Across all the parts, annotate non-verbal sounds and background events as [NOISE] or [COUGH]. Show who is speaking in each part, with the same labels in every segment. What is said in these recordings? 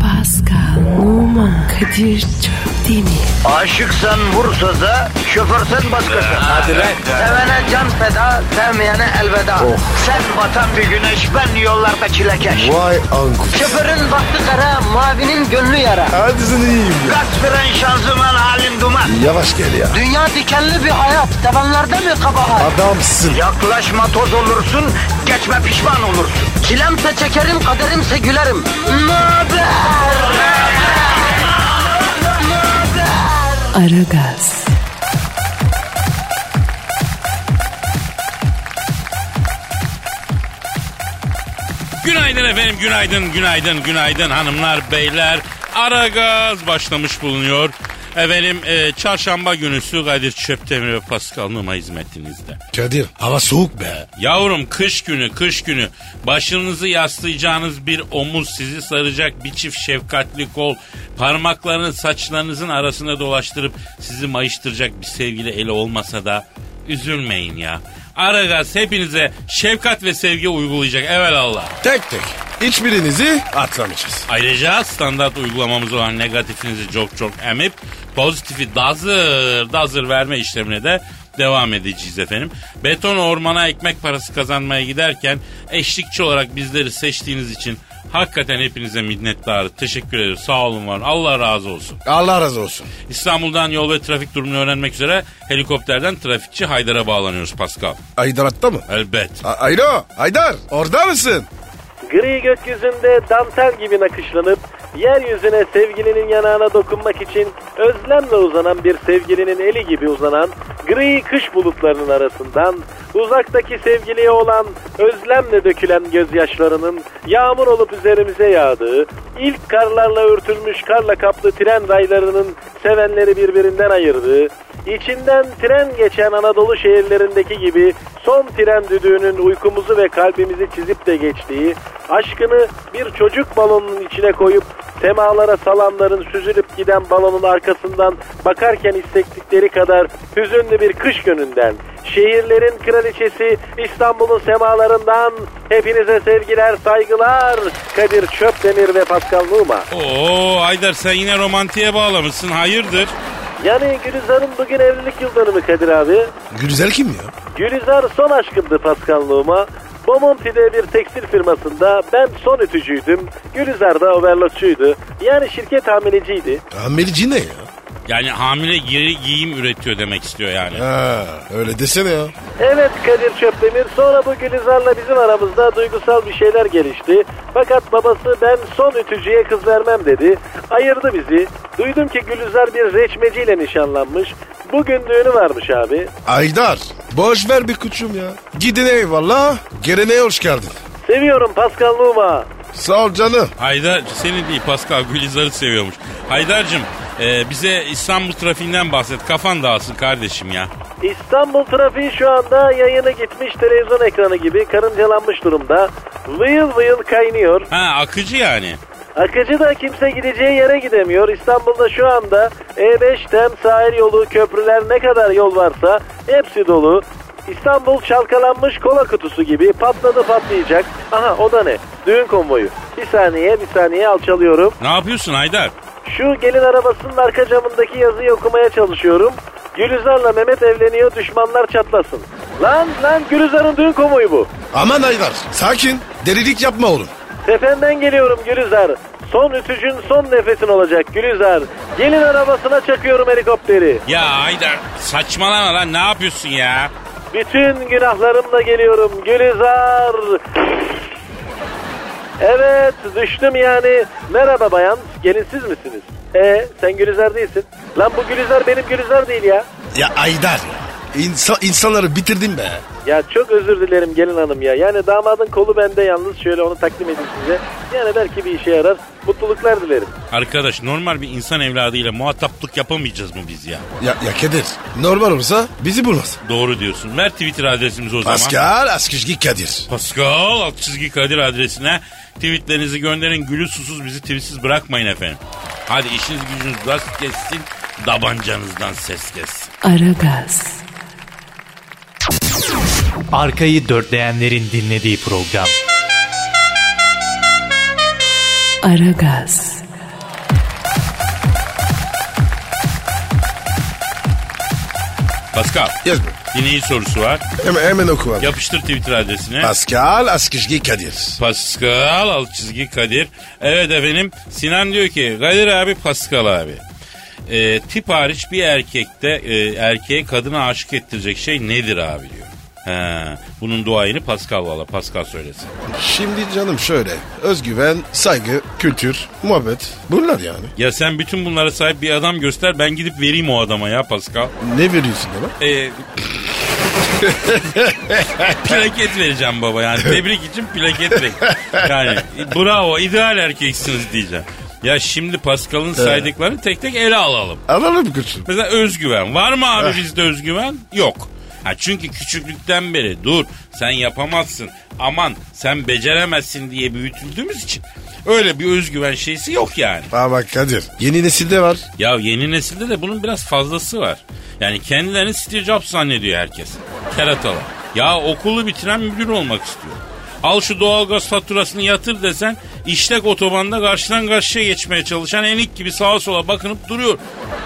Speaker 1: Pascal, Oman, Kadir çok değil mi?
Speaker 2: Aşıksan vursa da şoförsen başkasın. Hadi
Speaker 3: lan.
Speaker 2: Sevene can feda, sevmeyene elveda. Sen batan bir güneş, ben yollarda çilekeş.
Speaker 3: Vay anku.
Speaker 2: Şoförün baktı kara, mavinin gönlü yara.
Speaker 3: Hadi sen iyiyim ya.
Speaker 2: Kasperen şanzıman halin duman.
Speaker 3: Yavaş gel ya.
Speaker 2: Dünya dikenli bir hayat, sevenlerde mi kabahar?
Speaker 3: Adamsın.
Speaker 2: Yaklaşma toz olursun, geçme pişman olursun. Çilemse çekerim, kaderimse gülerim. Möber!
Speaker 1: Aragaz,
Speaker 4: Günaydın efendim, günaydın, günaydın, günaydın hanımlar, beyler. Ara gaz başlamış bulunuyor. Efendim e, çarşamba günüsü Kadir Çöptemir ve Pascal Numa hizmetinizde.
Speaker 3: Kadir hava soğuk be.
Speaker 4: Yavrum kış günü, kış günü başınızı yaslayacağınız bir omuz sizi saracak bir çift şefkatli kol, parmaklarını saçlarınızın arasına dolaştırıp sizi mayıştıracak bir sevgili eli olmasa da üzülmeyin ya. Aragaz hepinize şefkat ve sevgi uygulayacak evelallah.
Speaker 3: Tek tek. Hiçbirinizi atlamayacağız.
Speaker 4: Ayrıca standart uygulamamız olan negatifinizi çok çok emip pozitifi dazır dazır verme işlemine de devam edeceğiz efendim. Beton ormana ekmek parası kazanmaya giderken eşlikçi olarak bizleri seçtiğiniz için hakikaten hepinize minnettarız. Teşekkür ederiz. Sağ olun var. olun. Allah razı olsun.
Speaker 3: Allah razı olsun.
Speaker 4: İstanbul'dan yol ve trafik durumunu öğrenmek üzere helikopterden trafikçi Haydar'a bağlanıyoruz Pascal.
Speaker 3: Haydar atta mı?
Speaker 4: Elbet.
Speaker 3: A- Aylo, Haydar orada mısın?
Speaker 5: Gri gökyüzünde dantel gibi nakışlanıp yeryüzüne sevgilinin yanağına dokunmak için özlemle uzanan bir sevgilinin eli gibi uzanan gri kış bulutlarının arasından uzaktaki sevgiliye olan özlemle dökülen gözyaşlarının yağmur olup üzerimize yağdığı, ilk karlarla örtülmüş karla kaplı tren raylarının sevenleri birbirinden ayırdığı, İçinden tren geçen Anadolu şehirlerindeki gibi son tren düdüğünün uykumuzu ve kalbimizi çizip de geçtiği, aşkını bir çocuk balonunun içine koyup semalara salanların süzülüp giden balonun arkasından bakarken hissettikleri kadar hüzünlü bir kış gününden, şehirlerin kraliçesi İstanbul'un semalarından hepinize sevgiler, saygılar Kadir Çöpdemir ve Pascal Numa.
Speaker 4: Oo Haydar sen yine romantiğe bağlamışsın. Hayırdır?
Speaker 5: Yani Gülizar'ın bugün evlilik yıl dönümü Kadir abi.
Speaker 3: Gülüzel kim ya?
Speaker 5: Gülizar son aşkımdı paskanlığıma. Bomonti'de bir tekstil firmasında ben son ütücüydüm. Gülizar da overlockçuydu. Yani şirket hamileciydi.
Speaker 3: Amelici ne ya?
Speaker 4: Yani hamile geri giyim üretiyor demek istiyor yani.
Speaker 3: Ha, öyle desene ya.
Speaker 5: Evet Kadir Çöpdemir sonra bu Gülizar'la bizim aramızda duygusal bir şeyler gelişti. Fakat babası ben son ütücüye kız vermem dedi. Ayırdı bizi. Duydum ki Gülizar bir reçmeciyle nişanlanmış. Bugün düğünü varmış abi.
Speaker 3: Haydar boş ver bir kuçum ya. Gidin eyvallah. Gelene hoş geldin.
Speaker 5: Seviyorum paskanlığıma.
Speaker 3: Sağ ol canım.
Speaker 4: Haydar seni değil Pascal Gülizar'ı seviyormuş. Haydar'cığım e, bize İstanbul trafiğinden bahset. Kafan dağılsın kardeşim ya.
Speaker 5: İstanbul trafiği şu anda yayını gitmiş televizyon ekranı gibi karıncalanmış durumda. Vıyıl vıyıl kaynıyor.
Speaker 4: Ha akıcı yani.
Speaker 5: Akıcı da kimse gideceği yere gidemiyor. İstanbul'da şu anda E5, Tem, sahil yolu, köprüler ne kadar yol varsa hepsi dolu. İstanbul çalkalanmış kola kutusu gibi patladı patlayacak. Aha o da ne? Düğün konvoyu. Bir saniye bir saniye alçalıyorum.
Speaker 4: Ne yapıyorsun Haydar?
Speaker 5: Şu gelin arabasının arka camındaki yazıyı okumaya çalışıyorum. Gülizar'la Mehmet evleniyor düşmanlar çatlasın. Lan lan Gülizar'ın düğün konvoyu bu.
Speaker 3: Aman Haydar sakin. Delilik yapma oğlum.
Speaker 5: Tependen geliyorum Gülizar. Son ütücün son nefesin olacak Gülizar. Gelin arabasına çakıyorum helikopteri.
Speaker 4: Ya Haydar saçmalama lan ne yapıyorsun ya?
Speaker 5: Bütün günahlarımla geliyorum Gülizar. Evet düştüm yani. Merhaba bayan gelinsiz misiniz? E sen Gülizar değilsin. Lan bu Gülizar benim Gülizar değil ya.
Speaker 3: Ya Haydar İnsan, insanları bitirdin be.
Speaker 5: Ya çok özür dilerim gelin hanım ya. Yani damadın kolu bende yalnız şöyle onu takdim edeyim size. Yani belki bir işe yarar. Mutluluklar dilerim.
Speaker 4: Arkadaş normal bir insan evladıyla muhataplık yapamayacağız mı biz ya?
Speaker 3: Ya, ya Kadir normal olsa bizi bulmaz.
Speaker 4: Doğru diyorsun. Ver Twitter adresimizi o zaman.
Speaker 3: Pascal Askışgi Kadir.
Speaker 4: Pascal alt çizgi Kadir adresine tweetlerinizi gönderin. Gülü susuz bizi tweetsiz bırakmayın efendim. Hadi işiniz gücünüz rast kessin. Dabancanızdan ses kessin.
Speaker 1: Aragaz,
Speaker 6: Arkayı dörtleyenlerin dinlediği program.
Speaker 1: Aragaz,
Speaker 4: Pascal.
Speaker 3: Yes bro.
Speaker 4: Dinleyici sorusu var.
Speaker 3: Hemen, hemen oku abi.
Speaker 4: Yapıştır Twitter adresine.
Speaker 3: Pascal Askışgi Kadir.
Speaker 4: Pascal alt çizgi Kadir. Evet efendim Sinan diyor ki Kadir abi Pascal abi. Ee, tip hariç bir erkekte e, erkeğe kadına aşık ettirecek şey nedir abi diyor. He, bunun duayını Pascal valla Pascal söylesin.
Speaker 3: Şimdi canım şöyle. Özgüven, saygı, kültür, muhabbet. Bunlar yani.
Speaker 4: Ya sen bütün bunlara sahip bir adam göster ben gidip vereyim o adama ya Pascal.
Speaker 3: Ne veriyorsun bana?
Speaker 4: Ee, [LAUGHS] plaket vereceğim baba yani tebrik için plaket ver. Yani bravo ideal erkeksiniz diyeceğim. Ya şimdi Pascal'ın saydıklarını tek tek ele alalım.
Speaker 3: Alalım koçum.
Speaker 4: Mesela özgüven. Var mı abi bizde özgüven? Yok. Ha çünkü küçüklükten beri dur sen yapamazsın aman sen beceremezsin diye büyütüldüğümüz için öyle bir özgüven şeysi yok yani.
Speaker 3: Aa bak Kadir. Yeni nesilde var.
Speaker 4: Ya yeni nesilde de bunun biraz fazlası var. Yani kendilerini Steve Jobs zannediyor herkes. Keratalar. Ya okulu bitiren müdür olmak istiyor. Al şu doğalgaz faturasını yatır desen işlek otobanda karşıdan karşıya geçmeye çalışan enik gibi sağa sola bakınıp duruyor.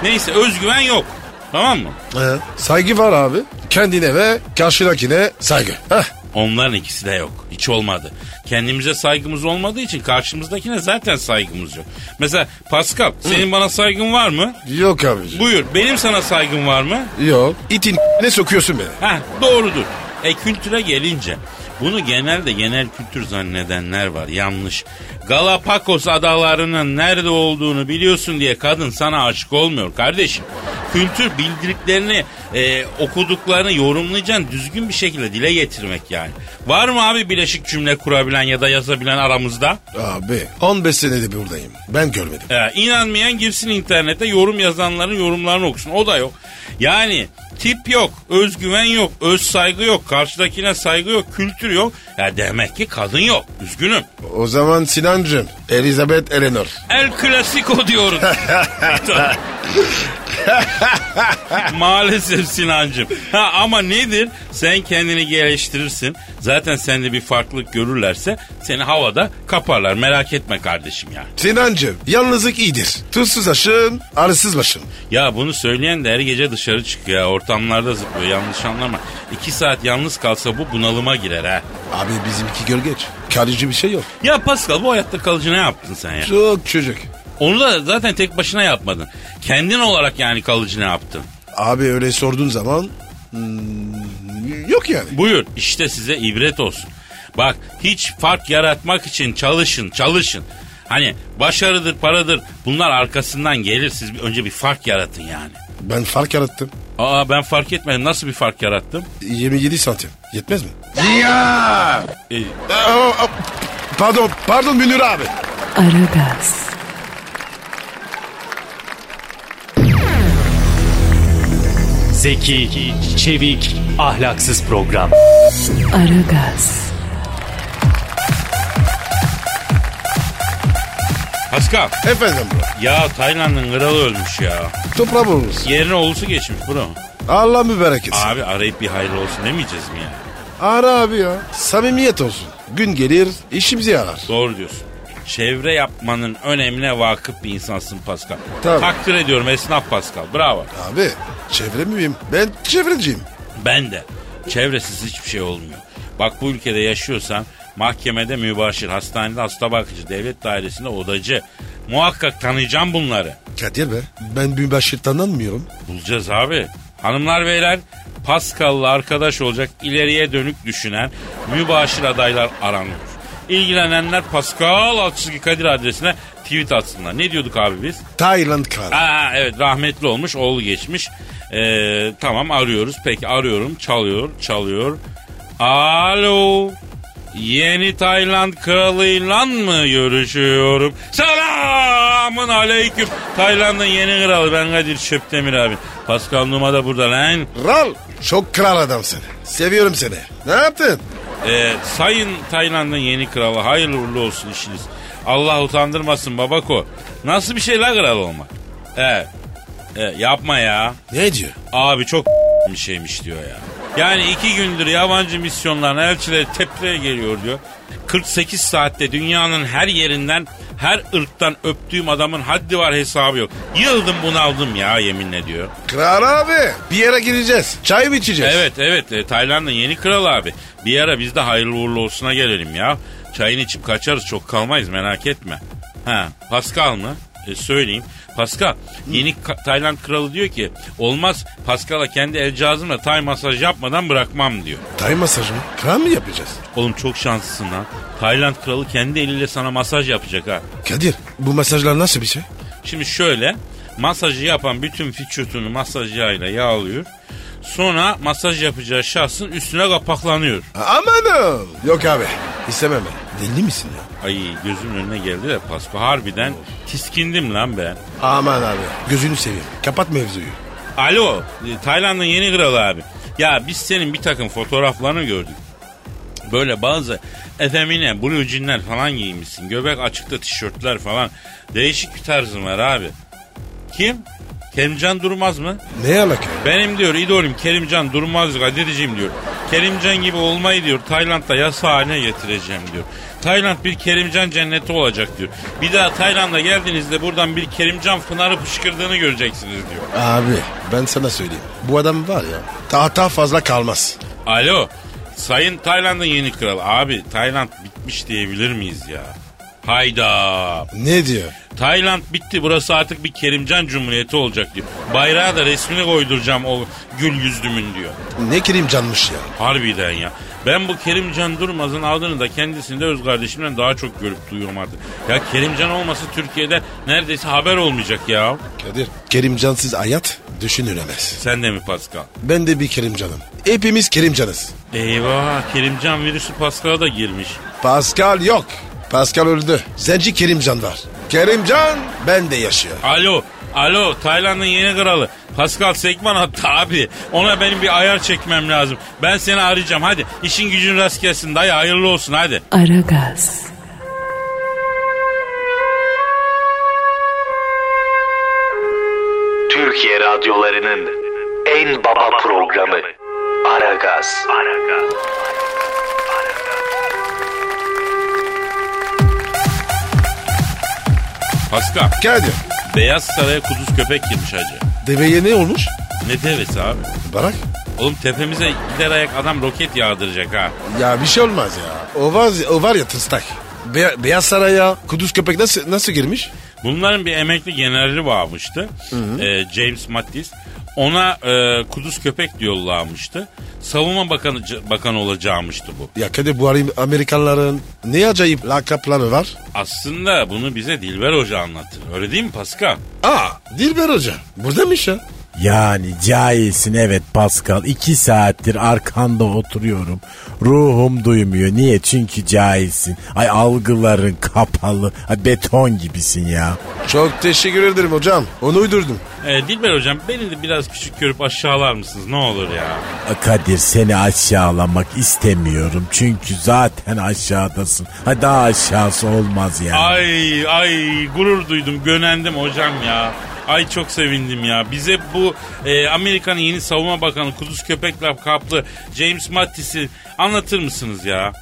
Speaker 4: Neyse özgüven yok. Tamam mı?
Speaker 3: He. Saygı var abi. Kendine ve karşıdakine saygı. Heh.
Speaker 4: Onların ikisi de yok. Hiç olmadı. Kendimize saygımız olmadığı için karşımızdakine zaten saygımız yok. Mesela Pascal senin bana saygın var mı?
Speaker 3: Yok abiciğim.
Speaker 4: Buyur benim sana saygım var mı?
Speaker 3: Yok. İtin ne sokuyorsun beni?
Speaker 4: Ha doğrudur. E kültüre gelince bunu genelde genel kültür zannedenler var. Yanlış. Galapagos adalarının nerede olduğunu biliyorsun diye kadın sana aşık olmuyor kardeşim. Kültür bildiriklerini e, okuduklarını yorumlayacaksın düzgün bir şekilde dile getirmek yani. Var mı abi bileşik cümle kurabilen ya da yazabilen aramızda?
Speaker 3: Abi 15 senedir buradayım. Ben görmedim.
Speaker 4: Ee, inanmayan girsin internete yorum yazanların yorumlarını okusun. O da yok. Yani tip yok, özgüven yok, öz saygı yok, karşıdakine saygı yok, kültür yok. Ya demek ki kadın yok. Üzgünüm.
Speaker 3: O zaman Sinancım. Elizabeth Eleanor.
Speaker 4: El Clasico diyoruz. Maalesef Sinancım. Ha, ama nedir? Sen kendini geliştirirsin. Zaten sende bir farklılık görürlerse seni havada kaparlar. Merak etme kardeşim ya.
Speaker 3: Sinancım yalnızlık iyidir. Tuzsuz aşın, arısız başın.
Speaker 4: Ya bunu söyleyen de her gece dışarı çıkıyor. ya, Ortamlarda zıplıyor yanlış anlama. İki saat yalnız kalsa bu bunalıma girer ha.
Speaker 3: Abi bizimki gölgeç. Kalıcı bir şey yok.
Speaker 4: Ya Pascal bu hayatta kalıcı ne yaptın sen ya?
Speaker 3: Çok çocuk.
Speaker 4: Onu da zaten tek başına yapmadın. Kendin olarak yani kalıcı ne yaptın?
Speaker 3: Abi öyle sorduğun zaman hmm, yok yani.
Speaker 4: Buyur işte size ibret olsun. Bak hiç fark yaratmak için çalışın çalışın. Hani başarıdır paradır bunlar arkasından gelir siz bir- önce bir fark yaratın yani.
Speaker 3: Ben fark yarattım.
Speaker 4: Aa ben fark etmedim nasıl bir fark yarattım?
Speaker 3: 27 santim. Yetmez mi?
Speaker 4: Ee,
Speaker 3: Aa, aa, Pardon, pardon Münir abi.
Speaker 1: Aragaz,
Speaker 6: Zeki, çevik, ahlaksız program.
Speaker 1: Aragaz,
Speaker 4: Pascal
Speaker 3: Efendim bro.
Speaker 4: Ya Tayland'ın kralı ölmüş ya.
Speaker 3: Toprağa vururuz.
Speaker 4: Yerine oğlusu geçmiş bro.
Speaker 3: Allah mübarek etsin.
Speaker 4: Abi arayıp bir hayırlı olsun demeyeceğiz mi ya?
Speaker 3: Ara abi ya. Samimiyet olsun. Gün gelir işimizi yarar.
Speaker 4: Doğru diyorsun. Çevre yapmanın önemine vakıf bir insansın Pascal.
Speaker 3: Tabii.
Speaker 4: Takdir ediyorum esnaf Pascal. Bravo.
Speaker 3: Abi çevre mühim. Ben çevreciyim.
Speaker 4: Ben de. Çevresiz hiçbir şey olmuyor. Bak bu ülkede yaşıyorsan mahkemede mübaşir, hastanede hasta bakıcı, devlet dairesinde odacı. Muhakkak tanıyacağım bunları.
Speaker 3: Kadir be. Ben mübaşir tanınmıyorum.
Speaker 4: Bulacağız abi. Hanımlar beyler Pascal'la arkadaş olacak ileriye dönük düşünen mübaşir adaylar aranıyor. İlgilenenler Pascal Altçızgı Kadir adresine tweet atsınlar. Ne diyorduk abi biz?
Speaker 3: Tayland kralı.
Speaker 4: Aa, evet rahmetli olmuş oğlu geçmiş. Ee, tamam arıyoruz peki arıyorum çalıyor çalıyor. Alo yeni Tayland kralıyla mı görüşüyorum? Selamın aleyküm. Tayland'ın yeni kralı ben Kadir Çöptemir abi. Pascal Numa da burada lan.
Speaker 3: Kral. Çok kral adamsın. Seviyorum seni. Ne yaptın?
Speaker 4: Ee, sayın Tayland'ın yeni kralı hayırlı uğurlu olsun işiniz. Allah utandırmasın babako. Nasıl bir şey la kral olmak? Ee, e, yapma ya.
Speaker 3: Ne diyor?
Speaker 4: Abi çok bir şeymiş diyor ya. Yani iki gündür yabancı misyonların elçileri tepkiye geliyor diyor. 48 saatte dünyanın her yerinden her ırktan öptüğüm adamın haddi var hesabı yok. Yıldım bunaldım ya yeminle diyor.
Speaker 3: Kral abi bir yere gireceğiz. Çay mı içeceğiz?
Speaker 4: Evet evet e, Tayland'ın yeni kralı abi. Bir ara biz de hayırlı uğurlu olsuna gelelim ya. Çayını içip kaçarız çok kalmayız merak etme. Ha Pascal mı? E, söyleyeyim. Pascal yeni Ka- Tayland kralı diyor ki olmaz Pascal'a kendi el cihazımla Tay masaj yapmadan bırakmam diyor.
Speaker 3: Tay masajı mı? Kral mı yapacağız?
Speaker 4: Oğlum çok şanslısın lan. Tayland kralı kendi eliyle sana masaj yapacak ha.
Speaker 3: Kadir bu masajlar nasıl bir şey?
Speaker 4: Şimdi şöyle masajı yapan bütün vücudunu masaj yağıyla yağlıyor. Sonra masaj yapacağı şahsın üstüne kapaklanıyor.
Speaker 3: Amanım. Yok abi istemem ben. Deli misin ya?
Speaker 4: Ay gözümün önüne geldi de Pasko. Harbiden tiskindim lan ben.
Speaker 3: Aman abi gözünü seveyim. Kapat mevzuyu.
Speaker 4: Alo e, Tayland'ın yeni kralı abi. Ya biz senin bir takım fotoğraflarını gördük. Böyle bazı efemine blue jeanler falan giymişsin. Göbek açıkta tişörtler falan. Değişik bir tarzın var abi. Kim? Kerimcan Durmaz mı?
Speaker 3: Ne alaka? ya?
Speaker 4: Benim diyor idolüm Kerimcan Durmaz Kadir'ciğim diyor. Kerimcan gibi olmayı diyor Tayland'da yasa haline getireceğim diyor. Tayland bir Kerimcan cenneti olacak diyor. Bir daha Tayland'a geldiğinizde buradan bir Kerimcan pınarı fışkırdığını göreceksiniz diyor.
Speaker 3: Abi ben sana söyleyeyim. Bu adam var ya tahta fazla kalmaz.
Speaker 4: Alo Sayın Tayland'ın yeni kralı. Abi Tayland bitmiş diyebilir miyiz ya? Hayda.
Speaker 3: Ne diyor?
Speaker 4: Tayland bitti burası artık bir Kerimcan Cumhuriyeti olacak diyor. Bayrağa da resmini koyduracağım o gül yüzlümün diyor.
Speaker 3: Ne kerim canmış ya.
Speaker 4: Harbiden ya. Ben bu Kerimcan Durmaz'ın adını da kendisinde öz kardeşimden daha çok görüp duyuyorum artık. Ya Kerimcan olması Türkiye'de neredeyse haber olmayacak ya.
Speaker 3: Kadir kerimcansız hayat düşünülemez.
Speaker 4: Sen de mi Pascal?
Speaker 3: Ben de bir kerimcanım. Hepimiz kerimcanız.
Speaker 4: Eyvah Kerimcan virüsü Pascal'a da girmiş.
Speaker 3: Pascal yok. Pascal öldü. Zenci kerimcan var. Kerimcan ben de yaşıyor.
Speaker 4: Alo, alo Tayland'ın yeni kralı. Pascal Sekman attı abi. Ona benim bir ayar çekmem lazım. Ben seni arayacağım hadi. İşin gücün rast gelsin dayı hayırlı olsun hadi.
Speaker 1: Aragaz,
Speaker 7: Türkiye radyolarının en baba programı Aragaz.
Speaker 4: Pascal,
Speaker 3: Kadir
Speaker 4: Beyaz Saray'a kuduz köpek girmiş hacı.
Speaker 3: deveye ne olmuş?
Speaker 4: Ne devesi abi?
Speaker 3: Barak.
Speaker 4: Oğlum tepemize gider ayak adam roket yağdıracak ha.
Speaker 3: Ya bir şey olmaz ya. O var, o var ya tıstak. Be- Beyaz Saray'a kuduz köpek nasıl nasıl girmiş?
Speaker 4: Bunların bir emekli generali varmıştı. Ee, James Mattis. Ona e, kuduz köpek diyorlarmıştı. Savunma bakanı bakan olacağımıştı bu.
Speaker 3: Ya Kadir bu Ar- Amerikanların ne acayip lakapları var.
Speaker 4: Aslında bunu bize Dilber Hoca anlatır. Öyle değil mi Pascal?
Speaker 3: Aa Dilber Hoca. Buradaymış ya.
Speaker 8: Yani cahilsin evet Pascal. iki saattir arkanda oturuyorum. Ruhum duymuyor. Niye? Çünkü cahilsin. Ay algıların kapalı. Ay beton gibisin ya.
Speaker 3: Çok teşekkür ederim hocam. Onu uydurdum.
Speaker 4: Ee, Dilber Hocam beni de biraz küçük görüp aşağılar mısınız ne olur ya.
Speaker 8: Kadir seni aşağılamak istemiyorum. Çünkü zaten aşağıdasın. Ha daha aşağısı olmaz yani.
Speaker 4: Ay ay gurur duydum gönendim hocam ya. Ay çok sevindim ya. Bize bu e, Amerika'nın yeni savunma bakanı kuduz köpek lakaplı James Mattis'i anlatır mısınız ya?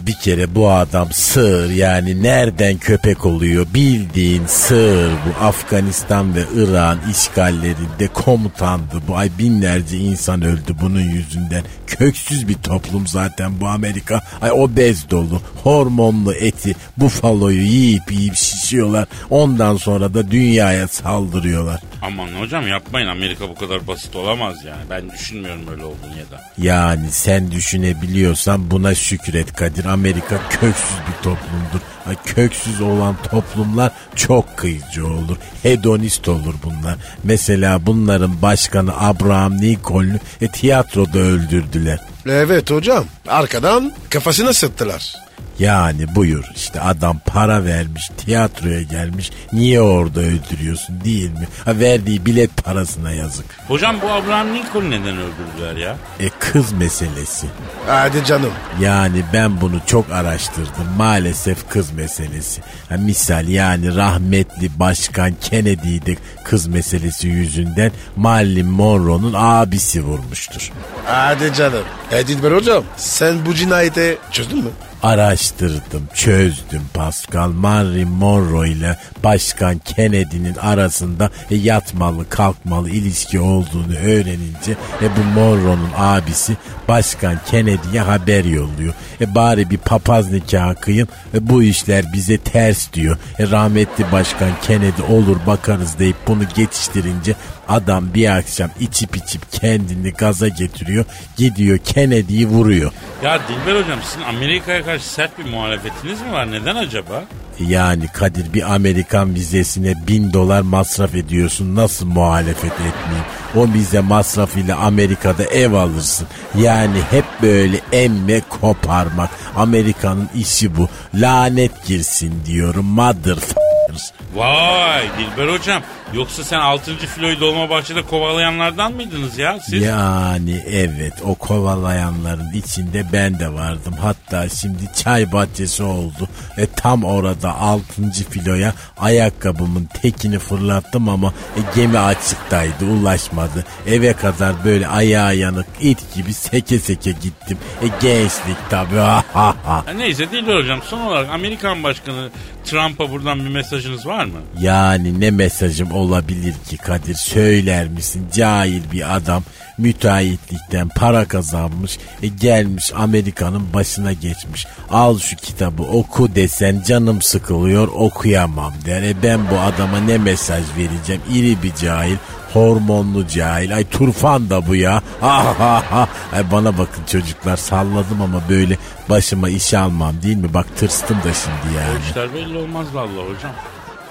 Speaker 8: Bir kere bu adam sığır yani nereden köpek oluyor bildiğin sığır bu. Afganistan ve Irak'ın işgallerinde komutandı bu. Ay binlerce insan öldü bunun yüzünden. Köksüz bir toplum zaten bu Amerika. Ay obez dolu, hormonlu eti, bufaloyu yiyip yiyip şişiyorlar. Ondan sonra da dünyaya saldırıyorlar.
Speaker 4: Aman hocam yapmayın Amerika bu kadar basit olamaz yani. Ben düşünmüyorum öyle olduğunu ya da.
Speaker 8: Yani sen düşünebiliyorsan buna şükret Kadir. Amerika köksüz bir toplumdur. Ha, Köksüz olan toplumlar çok kıyıcı olur. Hedonist olur bunlar. Mesela bunların başkanı Abraham Lincoln'u e, tiyatroda öldürdüler.
Speaker 3: Evet hocam. Arkadan kafasına sıktılar.
Speaker 8: Yani buyur işte adam para vermiş tiyatroya gelmiş niye orada öldürüyorsun değil mi? Ha, verdiği bilet parasına yazık.
Speaker 4: Hocam bu Abraham Lincoln neden öldürdüler ya?
Speaker 8: E kız meselesi.
Speaker 3: Hadi canım.
Speaker 8: Yani ben bunu çok araştırdım. Maalesef kız meselesi. Ha, misal yani rahmetli başkan Kennedy'de kız meselesi yüzünden Marilyn Monroe'nun abisi vurmuştur.
Speaker 3: Hadi canım. Edilber hocam sen bu cinayeti çözdün mü?
Speaker 8: Araştırdım, çözdüm Pascal. Marilyn Monroe ile Başkan Kennedy'nin arasında e, yatmalı kalkmalı ilişki olduğunu öğrenince e, bu Monroe'nun abisi Başkan Kennedy'ye haber yolluyor. E, bari bir papaz nikahı kıyın e, bu işler bize ters diyor. E, rahmetli Başkan Kennedy olur bakarız deyip bunu geçiştirince adam bir akşam içip içip kendini gaza getiriyor. Gidiyor Kennedy'yi vuruyor.
Speaker 4: Ya Dilber hocam sizin Amerika'ya karşı sert bir muhalefetiniz mi var? Neden acaba?
Speaker 8: Yani Kadir bir Amerikan vizesine bin dolar masraf ediyorsun nasıl muhalefet etmeyeyim? O vize masrafıyla Amerika'da ev alırsın. Yani hep böyle emme koparmak. Amerika'nın işi bu. Lanet girsin diyorum motherfuckers.
Speaker 4: Vay Dilber hocam. Yoksa sen 6. filoyu Dolmabahçe'de kovalayanlardan mıydınız ya siz?
Speaker 8: Yani evet o kovalayanların içinde ben de vardım. Hatta şimdi çay bahçesi oldu. E tam orada 6. filoya ayakkabımın tekini fırlattım ama e, gemi açıktaydı ulaşmadı. Eve kadar böyle ayağa yanık it gibi seke seke gittim. E gençlik tabii. [LAUGHS] ha, ha, ha.
Speaker 4: Ha, Neyse Dilber hocam son olarak Amerikan Başkanı Trump'a buradan bir mesajınız var mı?
Speaker 8: Yani ne mesajım olabilir ki Kadir söyler misin cahil bir adam müteahhitlikten para kazanmış e, gelmiş Amerika'nın başına geçmiş al şu kitabı oku desen canım sıkılıyor okuyamam der e ben bu adama ne mesaj vereceğim iri bir cahil hormonlu cahil ay turfan da bu ya ah, ah, ah. ay bana bakın çocuklar salladım ama böyle başıma iş almam değil mi bak tırstım da şimdi yani
Speaker 4: İşler belli olmaz vallahi hocam.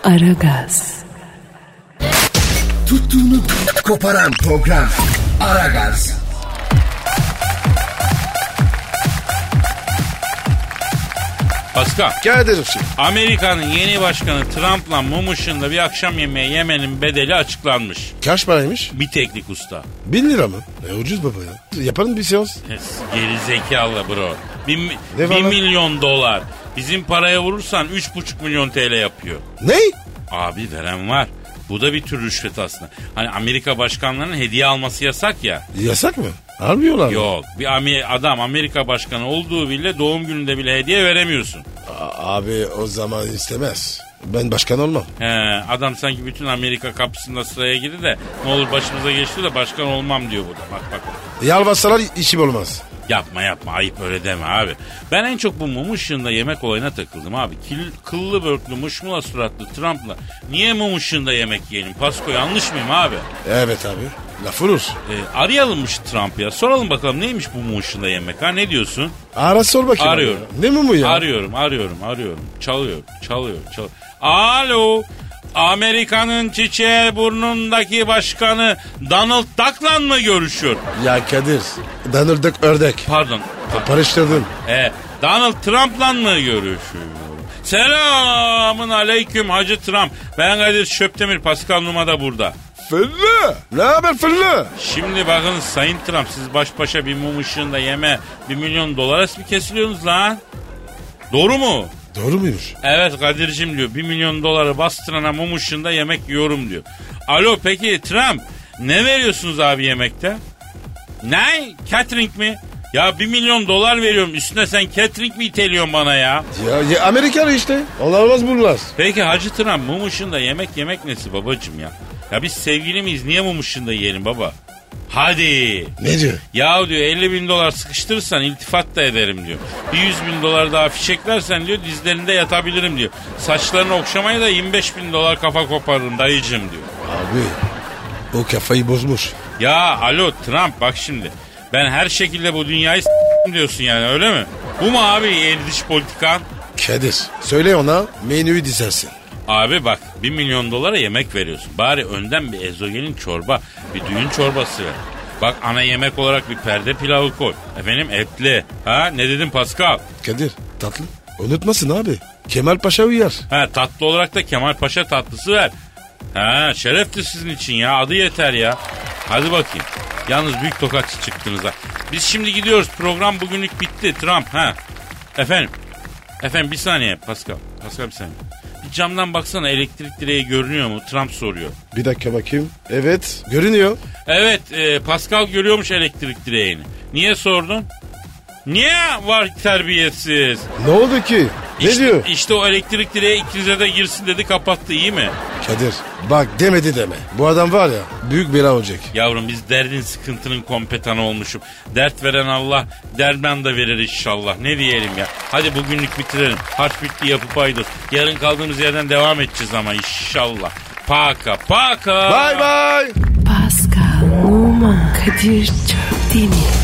Speaker 1: Aragaz,
Speaker 9: Tuttuğunu koparan program. Aragaz.
Speaker 4: Pascal,
Speaker 3: Kadir'im şimdi.
Speaker 4: Amerika'nın yeni başkanı Trump'la mum ışığında bir akşam yemeği yemenin bedeli açıklanmış.
Speaker 3: Kaç paraymış?
Speaker 4: Bir teknik usta.
Speaker 3: Bin lira mı? E, ucuz baba ya. Yaparım bir seans.
Speaker 4: Geri zekalı bro. Bin,
Speaker 3: Ne
Speaker 4: bir
Speaker 3: falan?
Speaker 4: milyon dolar. Bizim paraya vurursan 3,5 milyon TL yapıyor.
Speaker 3: Ne?
Speaker 4: Abi veren var. Bu da bir tür rüşvet aslında. Hani Amerika başkanlarının hediye alması yasak ya.
Speaker 3: Yasak mı? Almıyorlar mı?
Speaker 4: Yok. Bir Ami- adam Amerika başkanı olduğu bile doğum gününde bile hediye veremiyorsun.
Speaker 3: A- abi o zaman istemez. Ben başkan olmam.
Speaker 4: He, adam sanki bütün Amerika kapısında sıraya girdi de ne olur başımıza geçti de başkan olmam diyor burada. Bak bak. bak.
Speaker 3: Yalvarsalar işim olmaz.
Speaker 4: Yapma yapma ayıp öyle deme abi. Ben en çok bu mum ışığında yemek olayına takıldım abi. Kil- kıllı börtlü muşmula suratlı Trump'la niye mum ışığında yemek yiyelim? Pasko yanlış mıyım abi?
Speaker 3: Evet abi. Laf olur.
Speaker 4: E, arayalımmış Trump ya. Soralım bakalım neymiş bu mum ışığında yemek ha ne diyorsun?
Speaker 3: Ara sor bakayım.
Speaker 4: Arıyorum.
Speaker 3: abi. Ne mumu ya?
Speaker 4: Arıyorum, arıyorum, arıyorum. Çalıyor, çalıyor, çalıyor. Alo. Amerika'nın çiçeği burnundaki başkanı Donald Duck'la mı görüşüyor?
Speaker 3: Ya Kadir. Danırdık ördek.
Speaker 4: Pardon.
Speaker 3: Parıştırdın.
Speaker 4: E, Donald Trump'la mı görüşüyor? Selamın aleyküm Hacı Trump. Ben Kadir Şöptemir, Pascal Numa da burada.
Speaker 3: Fırlı. Ne haber fırlı?
Speaker 4: Şimdi bakın Sayın Trump siz baş başa bir mum ışığında yeme bir milyon dolara mı kesiliyorsunuz lan? Doğru mu?
Speaker 3: Doğru muymuş?
Speaker 4: Evet Kadir'cim diyor 1 milyon doları bastırana mum ışığında yemek yiyorum diyor. Alo peki Trump ne veriyorsunuz abi yemekte? Ne? Catering mi? Ya 1 milyon dolar veriyorum üstüne sen catering mi iteliyorsun bana ya?
Speaker 3: Ya, ya Amerikan işte. Onlar olmaz bunlar.
Speaker 4: Peki Hacı Trump mum ışığında yemek yemek nesi babacım ya? Ya biz sevgili miyiz niye mum ışığında yiyelim baba? Hadi.
Speaker 3: Ne diyor?
Speaker 4: Ya diyor 50 bin dolar sıkıştırırsan iltifat da ederim diyor. Bir 100 bin dolar daha fişeklersen diyor dizlerinde yatabilirim diyor. Saçlarını okşamaya da 25 bin dolar kafa koparırım dayıcım diyor.
Speaker 3: Abi o kafayı bozmuş.
Speaker 4: Ya alo Trump bak şimdi ben her şekilde bu dünyayı s- diyorsun yani öyle mi? Bu mu abi yeni dış politikan?
Speaker 3: Kadir söyle ona menüyü dizersin.
Speaker 4: Abi bak 1 milyon dolara yemek veriyorsun. Bari önden bir ezogelin çorba, bir düğün çorbası ver. Bak ana yemek olarak bir perde pilavı koy. Efendim etli. Ha ne dedim Pascal?
Speaker 3: Kadir tatlı Unutmasın abi. Kemal Paşa uyar.
Speaker 4: Ha tatlı olarak da Kemal Paşa tatlısı ver. Ha şereftir sizin için ya adı yeter ya. Hadi bakayım. Yalnız büyük tokatçı çıktınız ha. Biz şimdi gidiyoruz program bugünlük bitti Trump ha. Efendim. Efendim bir saniye Pascal. Pascal bir saniye. Bir camdan baksana elektrik direği görünüyor mu? Trump soruyor.
Speaker 3: Bir dakika bakayım. Evet görünüyor.
Speaker 4: Evet e, Pascal görüyormuş elektrik direğini. Niye sordun? Niye var terbiyesiz?
Speaker 3: Ne oldu ki? Ne
Speaker 4: işte,
Speaker 3: diyor?
Speaker 4: İşte o elektrik direği ikinize de girsin dedi kapattı iyi mi?
Speaker 3: Kadir bak demedi deme. Bu adam var ya büyük bela olacak.
Speaker 4: Yavrum biz derdin sıkıntının kompetanı olmuşum. Dert veren Allah, derman da verir inşallah. Ne diyelim ya. Hadi bugünlük bitirelim. Harç bitti yapıp aydır. Yarın kaldığımız yerden devam edeceğiz ama inşallah. Paka paka.
Speaker 3: Bay bay.
Speaker 1: Pascal, Oman, Kadir çok değil mi?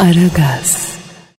Speaker 1: Aragaz.